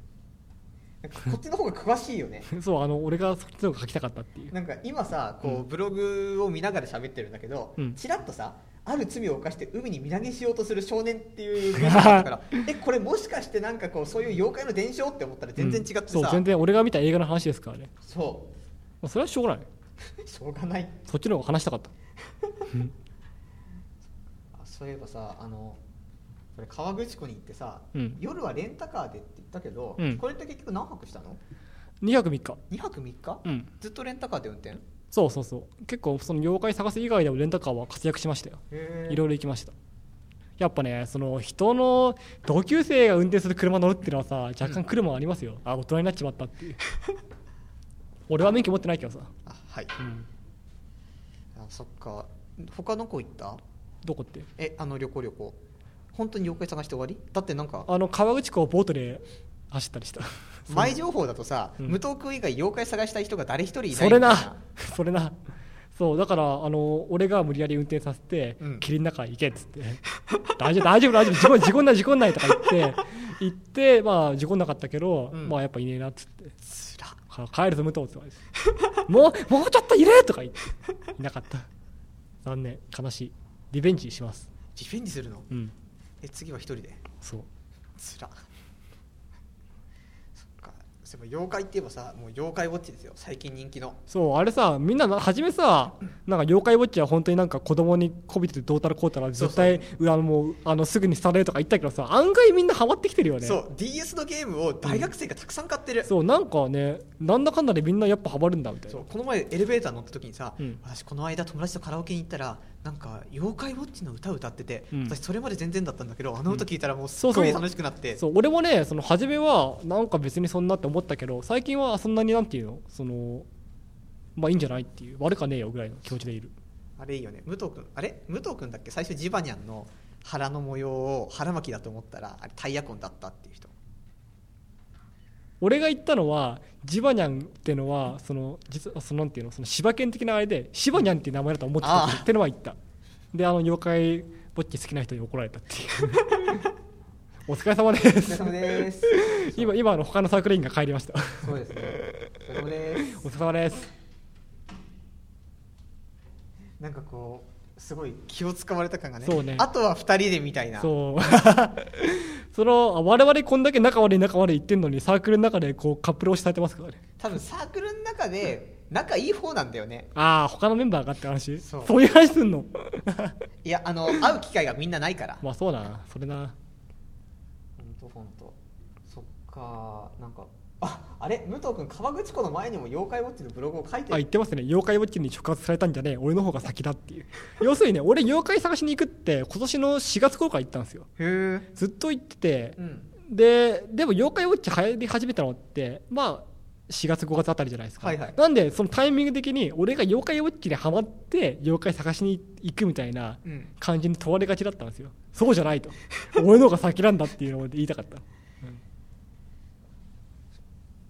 S2: なんかこっちの方が詳しいよね
S1: ら そうあの俺がそっちの方が書きたかったっていう
S2: なんか今さこ
S1: う
S2: うブログを見ながら喋ってるんだけど、
S1: うん
S2: ちらっとさある罪を犯して海に身投げしようとする少年っていう文章だったからえこれもしかしてなんかこうそういう妖怪の伝承って思ったら全然違ってさ、
S1: うんそう全然俺が見た映画の話ですからね
S2: そ
S1: まあそれはしょうがないう
S2: しょう がない
S1: そっちの方が話したかった
S2: あそういえばさあのそれ川口湖に行ってさ、
S1: うん
S2: 夜はレンタカーでって言ったけど、
S1: うん
S2: これって結局何泊したの
S1: 2泊3日
S2: ?2 泊3日、
S1: うん
S2: ずっとレンタカーで運転へ
S1: そうそうそう結構その妖怪探す以外でもレンタカーは活躍しましたよ
S2: え
S1: いろいろ行きましたやっぱねその人の同級生が運転する車乗るっていうのはさ若干車ありますよ、あ大人になっちまったっていう 俺は免許持ってないけどさ、
S2: あはい
S1: うん
S2: あそっか他の子行った
S1: どこって
S2: えあの旅行旅行本当に妖怪探して終わりだってなんか
S1: あの川口湖をボートで走ったりした
S2: 前情報だとさ、
S1: うん
S2: 武藤君以外妖怪探したい人が誰一人いない
S1: それ
S2: みたい
S1: な それなそうだからあの俺が無理やり運転させて、
S2: うん
S1: 霧の中行けっつって大丈夫大丈夫大丈夫事故事故んない事故んないとか言って行ってまあ事故んなかったけど、
S2: うん
S1: まあやっぱいねえなっつって
S2: つら
S1: か帰るぞ武藤って言われて もうもうちょっといるとか言っていなかった残念悲しいリベンジします
S2: リフェンジするの
S1: うん
S2: え次は一人で
S1: そう
S2: つらそっかそういえば妖怪って言えばさもう妖怪ウォッチですよ最近人気の
S1: そうあれさみんなな初めさなんか妖怪ウォッチは本当になんか子供にこびててどうたらこうたら絶対うわもうあのすぐにされるとか言ったけどさ案外みんなハマってきてるよね
S2: そう DS のゲームを大学生がたくさん買ってる、
S1: そうなんかねなんだかんだでみんなやっぱハマるんだみたい
S2: そ
S1: な
S2: うこの前エレベーター乗った時にさ、
S1: うん
S2: 私この間友達とカラオケに行ったらなんか妖怪ウォッチの歌を歌ってて、
S1: うん
S2: 私それまで全然だったんだけどあの歌聞いたらもうす
S1: そう
S2: っ
S1: そう
S2: ごい楽しくなって、
S1: そう俺もねその初めはなんか別にそんなって思ったけど最近はそんなになんていうのそのまあいいんじゃないっていう悪かねえよぐらいの気持ちでいる
S2: あれいいよね武藤君あれ武藤君だっけ最初ジバニャンの腹の模様を腹巻きだと思ったらあれタイヤ痕だったっていう人
S1: 俺が言ったのはジバニャンってのはその実はそのなんていうのその柴犬的なあれでシバニャンっていう名前だと思ってたってのは言ったであの妖怪ぼっち好きな人に怒られたっていうお疲れ様で
S2: お疲れ
S1: す
S2: 様です
S1: 今今あの他のサークル員が帰りました
S2: そうですねお疲れ様です
S1: お疲れ様です
S2: なんかこうすごい気を使われた感がね
S1: そうね
S2: あとは二人でみたいな
S1: そう そのあ我々こんだけ仲悪い仲悪い言ってんのにサークルの中でこうカップルをしされてますからね
S2: 多分サークルの中で仲いい方なんだよね
S1: ああ他のメンバーがって話
S2: そう
S1: そういう話すんの
S2: いやあの会う機会がみんなないから
S1: まあそうだなそれな
S2: 本当本当そっかなんかああれ武藤君川口湖の前にも妖怪ウォッチのブログを書いて
S1: あ言ってますね妖怪ウォッチに触発されたんじゃねえ俺の方が先だっていう要するにね俺妖怪探しに行くって今年の4月頃から行ったんですよ
S2: へえ
S1: ずっと行ってて
S2: うん
S1: ででも妖怪ウォッチ流行り始めたのってまあ4月5月あたりじゃないですか、
S2: はいはい
S1: なんでそのタイミング的に俺が妖怪ウォッチにハマって妖怪探しに行くみたいな
S2: うん
S1: 感じに問われがちだったんですよそうじゃないと俺の方が先なんだっていうのを言いたかった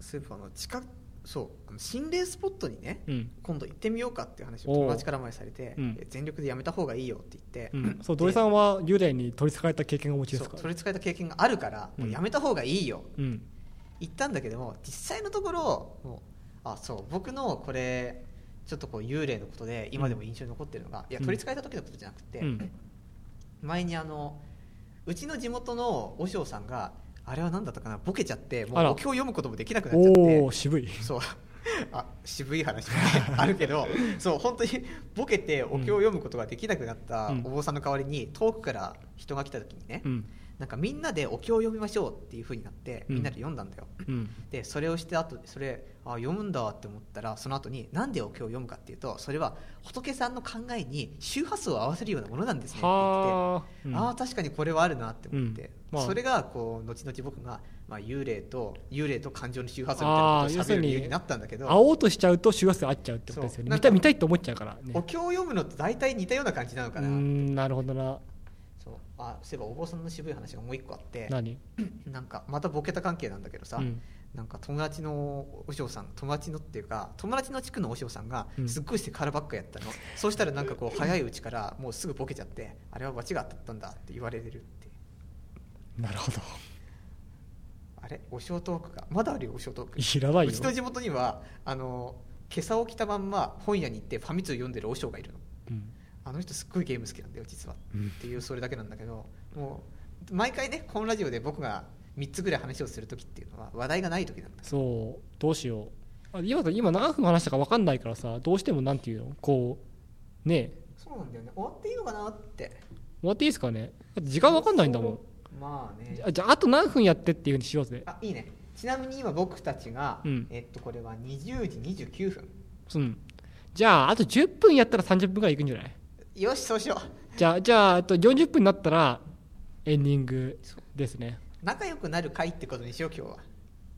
S2: スーパーの近くそうあの心霊スポットにね
S1: うん
S2: 今度行ってみようかっていう話を
S1: おう
S2: 友達から前にされて、
S1: うん
S2: え全力でやめた方がいいよって言って、
S1: うん、そう土井さ
S2: ん
S1: んは幽霊に取りつかれた経験をお持ちで
S2: そ
S1: す
S2: う
S1: から
S2: 取りつかれた経験があるから、もうやめた方がいいよ
S1: うん
S2: 言ったんだけども実際のところもうあそう僕のこれちょっとこう幽霊のことで今でも印象に残ってるのが、いや
S1: うん
S2: 取りつかれた時のことじゃなくて、
S1: うん
S2: 前にあのうちの地元の和尚さんがあれは何だったかなボケちゃっても
S1: あ
S2: う
S1: ら
S2: お経を読むこともできなくなっちゃって
S1: おおー渋い
S2: そう あ渋い話もねあるけどそう本当にボケてお経を読むことができなくなった
S1: うん
S2: お坊さんの代わりに遠くから人が来た時にね、
S1: うん
S2: なんかみんなでお経を読みましょうっていう風になって
S1: うん
S2: みんなで読んだんだよ、
S1: うん
S2: でそれをしてあとそれあ読むんだって思ったらその後になんでお経を読むかっていうとそれは仏さんの考えに周波数を合わせるようなものなんですねって言って。
S1: はあ、うん
S2: ああ確かにこれはあるなって思って、
S1: うんまあ
S2: それがこう後々僕が、まあ、幽霊と幽霊と感情の周波数みたい
S1: あー
S2: なことを
S1: 要
S2: 喋
S1: する
S2: る
S1: に
S2: 理由になったんだけ
S1: 会
S2: ど
S1: おうとしちゃうと周波数合っちゃうってことですよね
S2: そう
S1: 見た見たいって思っちゃうからね
S2: お経を読むのと大体似たような感じなの
S1: う
S2: か
S1: ー
S2: な、
S1: んなるほどな
S2: そうあそういえばお坊さんの渋い話がもう一個あって
S1: 何
S2: なんかまたボケた関係なんだけどさ、
S1: うん
S2: なんか友達のお嬢さん友達のっていうか友達の地区のお嬢さんが
S1: うん
S2: すっごいセクハラばっかやったの、そうしたらなんかこう早いうちからもうすぐボケちゃってあれは罰が当たったんだって言われてるって
S1: なるほど
S2: あれお嬢トークがまだあるよお嬢トーク
S1: いらないうよ
S2: ちの地元にはあの今朝起きたまんま本屋に行ってファミ通読んでる和尚がいるの
S1: うん
S2: あの人すっごいゲーム好きなんだよ実は
S1: うん
S2: っていうそれだけなんだけどもう毎回ねこのラジオで僕が3つぐらい話をする時っていうのは話題がない時なんだ
S1: そうどうしようあ今だ今長く話したか分かんないからさどうしてもなんていうのこうねえ
S2: そうなんだよね終わっていいのかなって
S1: 終わっていいですかねだって時間分かんないんだもん
S2: まあね
S1: あじゃああと何分やってっていうふうにしようぜ
S2: あいいねちなみに今僕たちが、
S1: うん
S2: えっとこれは20時29分
S1: うんじゃああと10分やったら30分ぐらいいくんじゃない
S2: よしそうしよ
S1: じゃあじゃああと40分になったらエンディングですね
S2: う仲良くなる会ってことにしよう今日は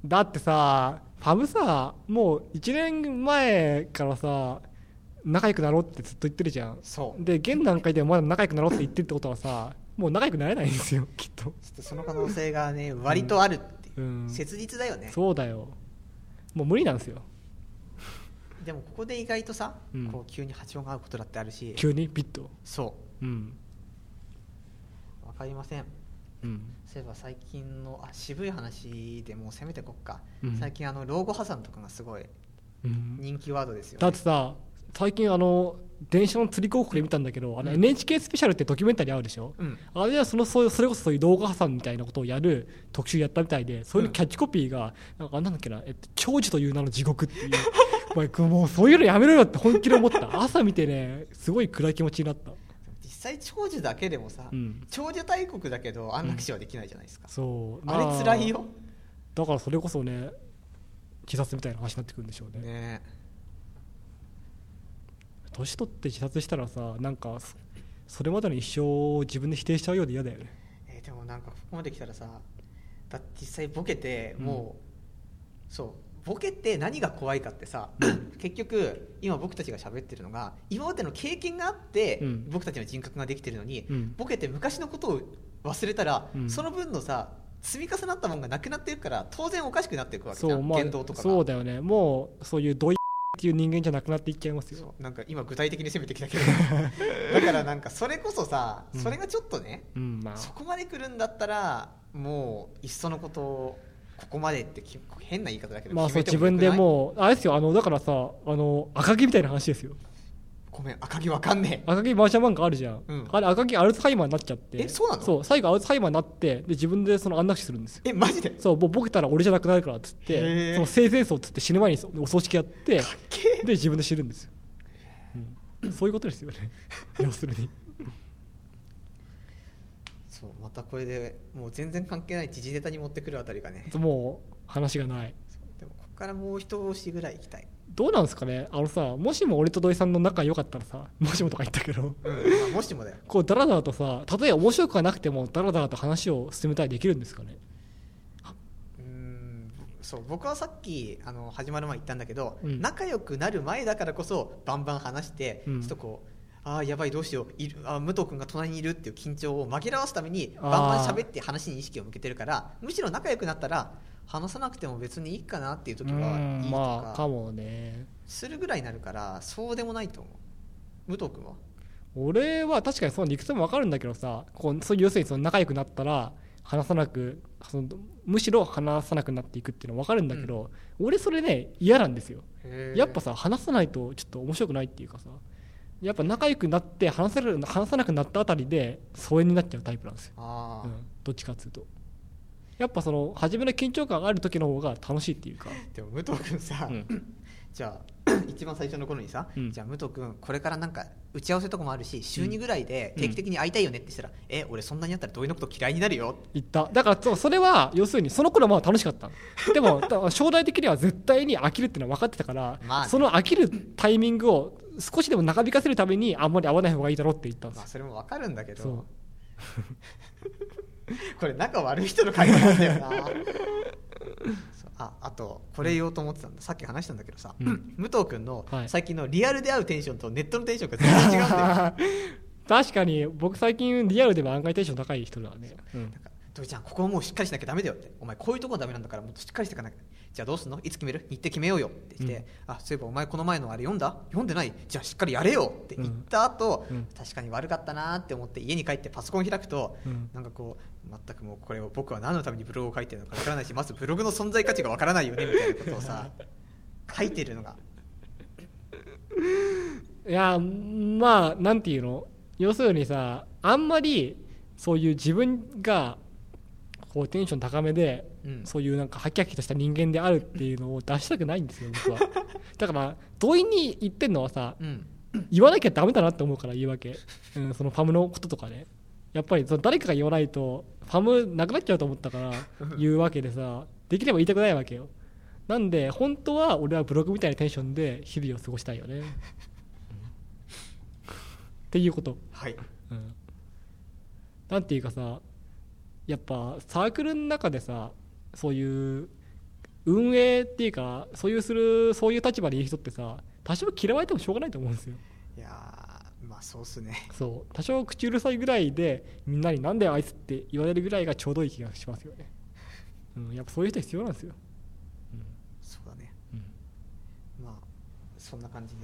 S1: だってさパブさもう1年前からさ仲良くなろうってずっと言ってるじゃん
S2: そう
S1: で現段階ではまだ仲良くなろうって言ってるってことはさもう仲良くなれないんですよ きっと
S2: ちょっとその可能性がね割とあるっていう
S1: うん
S2: 切実だよね
S1: そうだよもう無理なんですよ
S2: でもここで意外とさ、
S1: うん
S2: こう急に波長が合うことだってあるし
S1: 急にビッと
S2: そ
S1: うん
S2: うわかりません
S1: うん
S2: そういえば最近のあ渋い話でもう攻めてこっか、
S1: うん
S2: 最近あの老後破産とかがすごい
S1: うん
S2: 人気ワードですよ、ね
S1: だってさ最近あの電車の釣り広告で見たんだけどあの
S2: うん
S1: NHK スペシャルってドキュメンタリーあるでしょ
S2: うん
S1: あれはそのそうそれこそそういう動画破産みたいなことをやる特集やったみたいでそういうキャッチコピーが、なんかあなんだっけな、えっと、長寿という名の地獄っていう お前もうそういうのやめろよって本気で思った朝見てねすごい暗い気持ちになった、
S2: 実際長寿だけでもさ、
S1: うん、
S2: 長寿大国だけど安楽死はできないじゃないですか、
S1: そう
S2: あれ辛いよ
S1: だからそれこそね自殺みたいな話になってくるんでしょうね
S2: ね
S1: 年取って自殺したらさなんかそそれまでの一生を自分で否定しちゃうようで嫌だよね
S2: えーでもなんかここまで来たらさだって実際ボケて
S1: うん
S2: もう、そうボケて何が怖いかっ てさ結局今僕たちが喋ってるのが今までの経験があって、
S1: うん
S2: 僕たちの人格ができてるのに、
S1: うん
S2: ボケて昔のことを忘れたら、
S1: うん
S2: その分のさ積み重なったもんがなくなっていくから当然おかしくなっていくわけじ
S1: そ
S2: ゃ、
S1: うんまあ
S2: 言動とかが
S1: そうだよねもうそういうどいっていう人間じゃなくなっていっちゃいますよ
S2: そうなんか今具体的に攻めてき たけどだからなんかそれこそさ
S1: うん
S2: それがちょっとね、
S1: うんまあ
S2: そこまで来るんだったらもういっそのことをここまでってき変な言い方だけど
S1: まあそう
S2: 決
S1: 自
S2: めて
S1: 分で
S2: もよく
S1: もう
S2: ない
S1: あれですよあのだからさあの赤木みたいな話ですよ
S2: ごめん赤木わかんね
S1: 赤木マーシャン漫画あるじゃん、
S2: うん
S1: あれ赤木アルツハイマーになっちゃって
S2: えそうなの
S1: そう最後アルツハイマーになってで自分でその安楽死するんですよ
S2: ええマジで
S1: そうもうボケたら俺じゃなくなるからっつっ
S2: へ
S1: て
S2: ー
S1: その生前葬っつって死ぬ前にそお葬式やって
S2: け
S1: で自分で死ぬんですよ、うん、そういうことですよ ね要するに
S2: そうまたこれでもう全然関係ない時事ネタに持ってくるあたりがね
S1: もう話がない
S2: でもここからもう一押しぐらい行きたい、
S1: どうなんですかねあのさもしも俺と土井さんの仲良かったらさもしもとか言ったけど
S2: まあもしもだよ
S1: こうダラダラとさたとえ面白くはなくてもダラダラと話を進めたりできるんですかね
S2: うーんそう僕はさっきあの始まる前言ったんだけど、
S1: うん
S2: 仲良くなる前だからこそバンバン話して、
S1: うん
S2: ちょっとこうああやばいどうしよういるあー武藤君が隣にいるっていう緊張を紛らわすために
S1: あー
S2: バンバン喋って話に意識を向けてるからむしろ仲良くなったら話さなくても別にいいかなっていう
S1: う
S2: 時はいい
S1: ん
S2: と
S1: まあか
S2: か
S1: もね
S2: するぐらいになるからそうでもないと思う武藤君は
S1: 俺は確かにその理屈も分かるんだけどさこうそう要するにその仲良くなったら話さなくそのむしろ話さなくなっていくっていうのは分かるんだけど、俺それね嫌なんですよやっぱさ話さないとちょっと面白くないっていうかさやっぱ仲良くなって話せる話さなくなったあたりで疎遠になっちゃうタイプなんですよ、
S2: あ
S1: う
S2: あ、
S1: ん、どっちかっつうとやっぱその初めの緊張感がある時の方が楽しいっていうか、
S2: でも武藤君さ、
S1: うん
S2: じゃあ 一番最初の頃にさ、
S1: うん
S2: じゃあ武藤君これからなんか打ち合わせとかもあるし週2ぐらいで定期的に会いたいよねってしたら、え俺そんなに会ったらどういうのこと嫌いになるよ
S1: 言っただからそうそれは要するにその頃はまあ楽しかったのでも た将来的には絶対に飽きるっていうのは分かってたから、
S2: まあね
S1: その飽きるタイミングを少しでも長引かせるためにあんまり会わない方がいいだろうって言ったんです
S2: ま
S1: よ
S2: あそれもわかるんだけ
S1: そう
S2: ど これ仲悪い人の会話なんだよ なそうああとこれ言おうと思ってたんださっき話したんだけどさ、
S1: う
S2: 武藤君の
S1: はい
S2: 最近のリアルで会うテンションとネットのテンションが全然違うんだよ
S1: 確かに僕最近リアルでも案外テンション高い人だね、うん
S2: なんか土井ちゃんここはもうしっかりしなきゃダメだよってお前こういうとこはダメなんだからもっとしっかりしていかなきゃじゃあどうすんのいつ決める日程決めようよってして、
S1: うん
S2: あそういえばお前この前のあれ読んだ読んでないじゃあしっかりやれよって言った後、
S1: うんうん
S2: 確かに悪かったなーって思って家に帰ってパソコン開くと、
S1: うん
S2: なんかこう全くもうこれを僕は何のためにブログを書いてるのかわからないしまずブログの存在価値がわからないよねみたいなことを さ書いてるのが
S1: いやまあなんていうの要するにさあんまりそういう自分がこうテンション高めで、
S2: うん
S1: そういうなんかハキハキとした人間であるっていうのを出したくないんですよ 僕はだから同意に言ってんのはさ
S2: うん
S1: 言わなきゃダメだなって思うから言い訳、うん、そのファムのこととかねやっぱりその誰かが言わないとファムなくなっちゃうと思ったから言うわけでさできれば言いたくないわけよなんで本当は俺はブログみたいなテンションで日々を過ごしたいよねっていうこと、
S2: はい
S1: うん、なんていうかさやっぱサークルの中でさそういう運営っていうかそういうするそういう立場でいる人ってさ多少嫌われてもしょうがないと思うんですよ
S2: いやーまあそうっすね
S1: そう多少口うるさいぐらいでみんなに「なんだよあいつ」って言われるぐらいがちょうどいい気がしますよね、うん、やっぱそういう人必要なんですよ、
S2: そうだね
S1: うん
S2: まあそんな感じで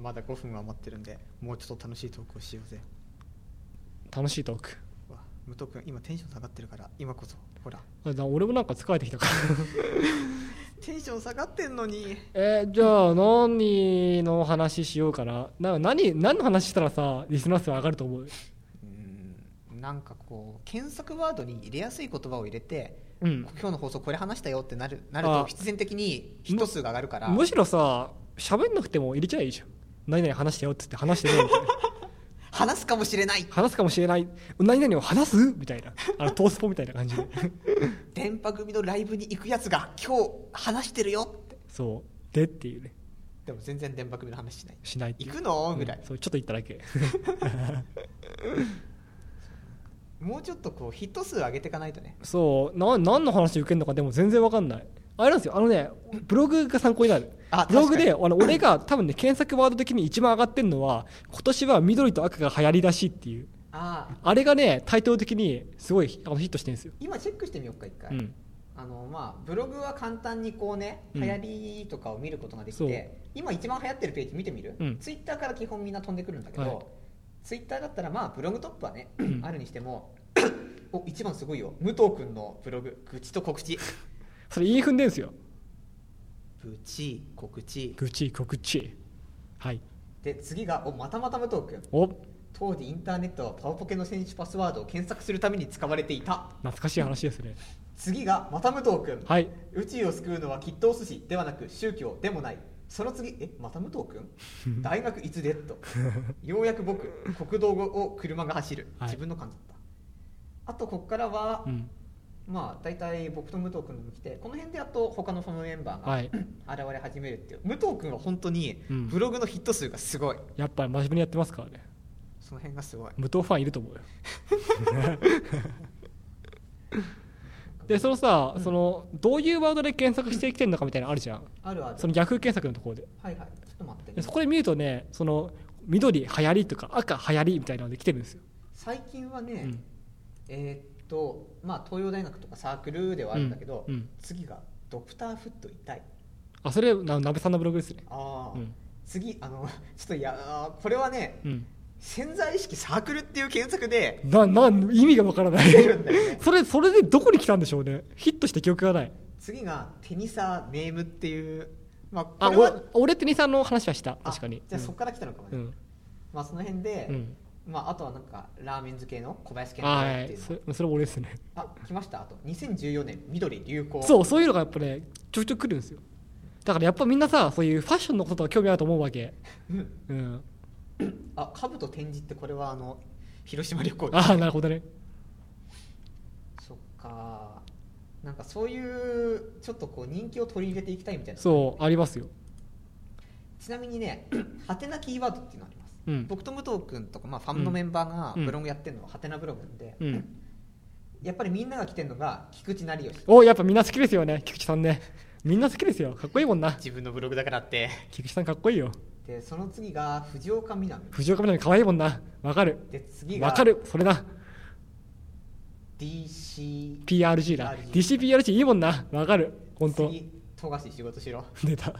S2: まだ5分は余ってるんでもうちょっと楽しいトークをしようぜ
S1: 楽しいトーク
S2: うわ武藤君今テンション下がってるから今こそほら
S1: あな俺もなんか疲れてき たから
S2: テンション下がってんのに
S1: えじゃあ何の話しようかなな何何の話したらさリスナー数上がると思う
S2: うーんなんかこう検索ワードに入れやすい言葉を入れて、
S1: うん
S2: 今日の放送これ話したよってなるなると
S1: あ
S2: 必然的にヒット数が上がるから
S1: むしろさ喋んなくても入れちゃえばいいじゃん何々話してよっつって話してねみたい な
S2: 話すかもしれない
S1: 話すかもしれない何々を話すみたいなあのトースポみたいな感じで
S2: 電波組のライブに行くやつが今日話してるよって
S1: そうでっていうね
S2: でも全然電波組の話しない
S1: しないっていう
S2: 行くのぐらい
S1: うん、そうちょっと言っただけ
S2: もうちょっとこうヒット数上げていかないとね
S1: そうな何の話受けるのかでも全然わかんないあれなんですよあのねブログが参考になる
S2: あ
S1: ブログであ
S2: 確
S1: の俺が 多分ね検索ワード的に一番上がってるのは今年は緑と赤が流行りらしいっていう
S2: ああ
S1: あれがねタイトル的にすごいあのヒットしてるんですよ、
S2: 今チェックしてみようか一回、
S1: うん、
S2: あのまあブログは簡単にこうね
S1: うん
S2: 流行りとかを見ることができて、
S1: そう
S2: 今一番流行ってるページ見てみる、
S1: うん
S2: ツイッターから基本みんな飛んでくるんだけど、
S1: はい
S2: ツイッターだったらまあブログトップはね、
S1: ん
S2: あるにしても お一番すごいよ武藤君のブログ愚痴と告知
S1: それ言い踏んでるんですよ
S2: 愚痴告知
S1: 愚痴告知はい
S2: で次がおまたまた武藤君
S1: お
S2: 当時インターネットはパワポケの選手パスワードを検索するために使われていた
S1: 懐かしい話ですね
S2: 次がまた武藤君
S1: はい
S2: 宇宙を救うのはきっとお寿司ではなく宗教でもないその次えまた武藤 君大学いつでとようやく僕国道を車が走る、
S1: はい
S2: 自分の感じだったあとここからは、
S1: うん
S2: まあ大体僕と武藤君のも来てこの辺でやっと他のファムメンバーが、
S1: はい
S2: 現れ始めるっていう武藤君は本当に
S1: うん
S2: ブログのヒット数がすごい、
S1: やっぱり真面目にやってますからね
S2: その辺がすごい
S1: 無党ファンいると思うよでそのさ、そのどういうワードで検索してきてるのかみたいなのあるじゃん
S2: あるある
S1: そのヤフー検索のところで
S2: はいはいちょっと待って、
S1: で
S2: ね
S1: そ、こで見るとねその緑流行りとか赤流行りみたいなので来てるんですよ、
S2: 最近はね、
S1: うん
S2: えーっと、まあ、東洋大学とかサークルではあるんだけど、
S1: うんうん
S2: 次が「ドクターフット痛い
S1: あそれな鍋さんのブログですね」
S2: ああ、
S1: うん
S2: 次あの ちょっといやあーこれはね
S1: うん
S2: 潜在意識サークルっていう検索で
S1: なな意味がわからない
S2: 出るんだよね
S1: それそれでどこに来たんでしょうねヒットして記憶がない
S2: 次が「テニサーネーム」っていうまあ
S1: あ
S2: これ
S1: 俺
S2: は
S1: 俺って兄さんの話はした
S2: あ
S1: 確かに
S2: じゃあそこから来たのかもね、
S1: うん
S2: まあその辺で、
S1: うん
S2: まあ、あとはなんかラーメン漬けの小林健
S1: あ
S2: 太郎
S1: は
S2: って
S1: い
S2: い
S1: うそ
S2: の
S1: それ俺ですね
S2: あ,、来ましたあと2014年緑流行
S1: そうそういうのがやっぱねちょいちょい来るんですよだからやっぱみんなさそういうファッションのこととか興味あると思うわけ
S2: うん
S1: うん
S2: あ兜展示ってこれはあの広島旅行
S1: ああなるほどね
S2: そっかなんかそういうちょっとこう人気を取り入れていきたいみたいな
S1: そうありますよ
S2: ちなみに ねハテナキーワードっていうのあ
S1: う
S2: ります、
S1: ん
S2: 僕と武藤君とか、まあ、ファンのメンバーが
S1: うん
S2: ブログやってるのはハテナブログなんで、
S1: うん
S2: やっぱりみんなが来てるのが菊池成吉
S1: おやっぱみんな好きですよね菊池さんねみんな好きですよかっこいいもんな
S2: 自分のブログだからって
S1: 菊池さんかっこいいよ
S2: でその次が藤岡みなみ
S1: 藤岡みなみかわいいもんなわかる
S2: で次
S1: わ
S2: が
S1: かるそれだ
S2: DC
S1: PRG だ
S2: PRG
S1: DCPRG いいもんなわかる本当
S2: 次富樫仕事しろ
S1: 出た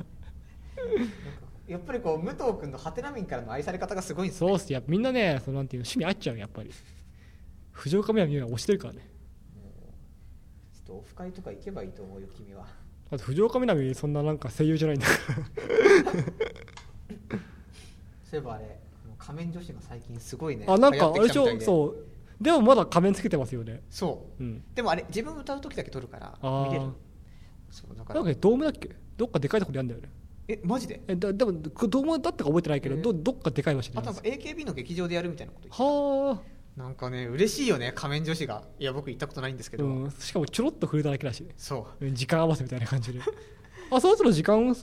S2: やっぱりこう武藤君のハテナ民からの愛され方がすごいんですよ
S1: そうっすやっぱみんなねそのなんていうの趣味合っちゃうよやっぱり藤岡みなみは推してるからね
S2: ちょっとオフ会とか行けばいいと思うよ君は
S1: だって藤岡みなみそんななんか声優じゃないんだから
S2: そういえばあれあの仮面女子が最近すごいね
S1: あなん
S2: 流
S1: か
S2: 行っ
S1: あ
S2: て
S1: れ
S2: き
S1: でしたょ
S2: みたいで
S1: そうでもまだ仮面つけてますよね
S2: そう
S1: うん
S2: でもあれ自分歌う時だけ撮るから
S1: あ
S2: 見れる
S1: あ
S2: そうだ
S1: な
S2: から
S1: んかねドームだっけどっかでかいとこでやんだよね
S2: えマジで
S1: えだでもこれドームだったか覚えてないけど、
S2: えー
S1: どどっかでかい場所で
S2: あ
S1: や
S2: と
S1: ん
S2: な
S1: で
S2: ん
S1: す
S2: か AKB の劇場でやるみたいなこと言って
S1: はあ
S2: たなんかね嬉しいよね仮面女子がいや僕行ったことないんですけど、
S1: うん、しかもちょろっと触れただけだしね
S2: そう
S1: うん時間合わせみたいな感じであそろそろ時間は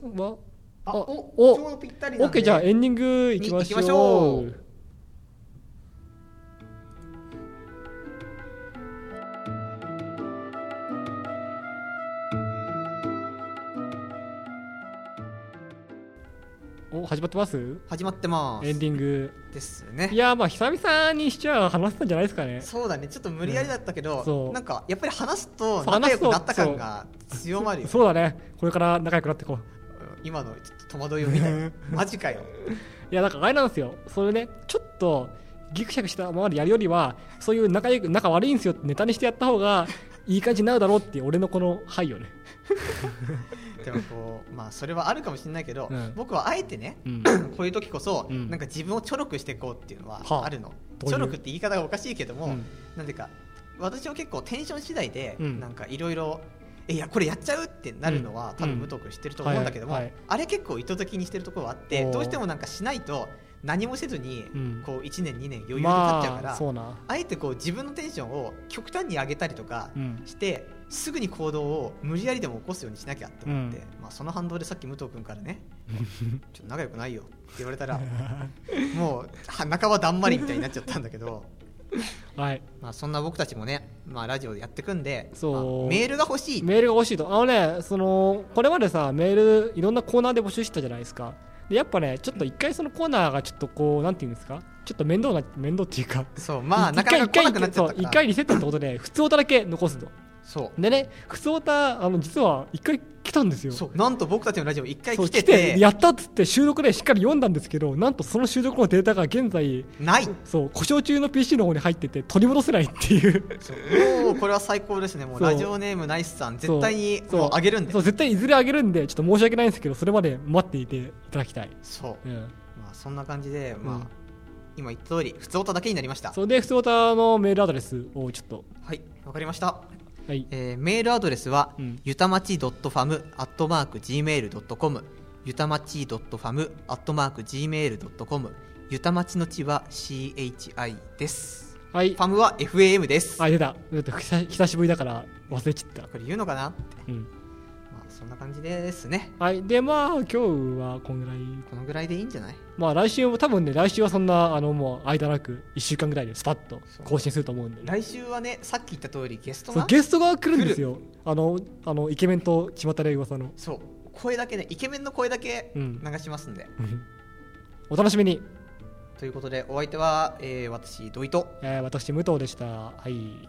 S2: あ
S1: あ
S2: お
S1: お
S2: ちょうどぴったりなんで
S1: OK じゃあエンディングいきましょう
S2: いいきましょう
S1: お始まってます
S2: 始まってます
S1: エンディング
S2: ですね
S1: いやーまあ久々にしちゃ話したんじゃないですかね
S2: そうだねちょっと無理やりだったけ
S1: う
S2: ど
S1: ん、そう
S2: なんかやっぱり話すと
S1: そう
S2: 仲良くなった
S1: 話すと
S2: 感が強まるよ、
S1: そうだねこれから仲良くなっていこう
S2: うん今のちょっと戸惑いを見 たよマジかよ
S1: いやだからあれなんですよそれねちょっとギクシャクしたままでやるよりはそういう仲良く仲悪いんですよってネタにしてやった方がいい感じになるだろうっていう俺のこの配よね
S2: でもこうまあそれはあるかもしれないけど、
S1: うん
S2: 僕はあえてね
S1: うん
S2: こういう時こそ、
S1: うん
S2: なんか自分をちょろくしていこうっていうのは
S1: はあ
S2: あるの、
S1: どういう
S2: ちょろくって言い方がおかしいけども、
S1: うん
S2: なんでか私は結構テンション次第で、
S1: うん
S2: なんかいろいろえいやこれやっちゃうってなるのは、
S1: うん
S2: 多
S1: うん
S2: 分武藤君知ってると思うんだけども、
S1: はいはい
S2: あれ結構意図的にしてるところはあって
S1: おー
S2: どうしてもなんかしないと何もせずに、
S1: うん
S2: こう1年2年余裕で経っちゃうから、
S1: まあそうな
S2: あえてこう自分のテンションを極端に上げたりとか
S1: うん
S2: して、すぐに行動を無理やりでも起こすようにしなきゃって思って、
S1: う
S2: まあ、その反動でさっき武藤君からね ちょっと仲良くないよって言われ たらもうは半ばだんまりみたいになっちゃったんだけど。
S1: はい
S2: まあ、そんな僕たちもね、まあ、ラジオでやってくんで、
S1: そう
S2: まあメールが欲しい
S1: メールが欲しいとあのねそのこれまでさメールいろんなコーナーで募集してたじゃないですかでやっぱねちょっと一回そのコーナーがちょっとこうなんていうんですかちょっと面倒な面倒っていうか
S2: そうまあ
S1: 一
S2: なか
S1: 回
S2: なか来なくなっちゃった
S1: 一回そう一
S2: から
S1: 回リセットってことで普通歌だけ残すと
S2: そ
S1: でね普通歌あの実は一回来たんですよ
S2: うそうなんと僕たちのラジオ一回
S1: そう
S2: 来
S1: 来
S2: て
S1: て
S2: て
S1: やったっつって収録でしっかり読んだんですけどなんとその収録のデータが現在
S2: ない
S1: そう故障中の PC の方に入ってて取り戻せないっていう
S2: そうもうこれは最高ですねもう
S1: そう
S2: ラジオネームナイスさん
S1: そう
S2: 絶対に
S1: そう
S2: もうあげるんで
S1: そ
S2: そう
S1: う絶対いずれあげるんでちょっと申し訳ないんですけどそれまで待っていていただきたい、うん、
S2: まあ、そんな感じで、まあ
S1: うん
S2: 今言った通り普通音だけになりました
S1: それで普通歌のメールアドレスをちょっと
S2: はいわかりました、
S1: はい
S2: えーメールアドレスは、
S1: うん
S2: ゆたまち .fam.gmail.com ゆたまち .fam.gmail.com ゆたまちのちは CHI です
S1: はい
S2: ファムは FAM です。
S1: あ出ただって久し久しぶりだから忘れちゃった、
S2: これ言うのかなって。
S1: うん、
S2: まあ、そんな感じですね。
S1: はいでまあ今日はこんぐらい
S2: このぐらいでいいんじゃない
S1: まあ来週も多分ね来週はそんなあのもう間なく1週間ぐらいでスパッと更新すると思うんで
S2: 来週はね、さっき言った通りゲスト
S1: そう
S2: が
S1: ゲストが来るんですよあのあのイケメンと巷で噂の
S2: そう、声だけね、イケメンの声だけ
S1: う
S2: 流
S1: ん
S2: しますんで。
S1: お楽しみに、
S2: ということで、お相手は、えー私、土井と。
S1: えー私武藤でしたはい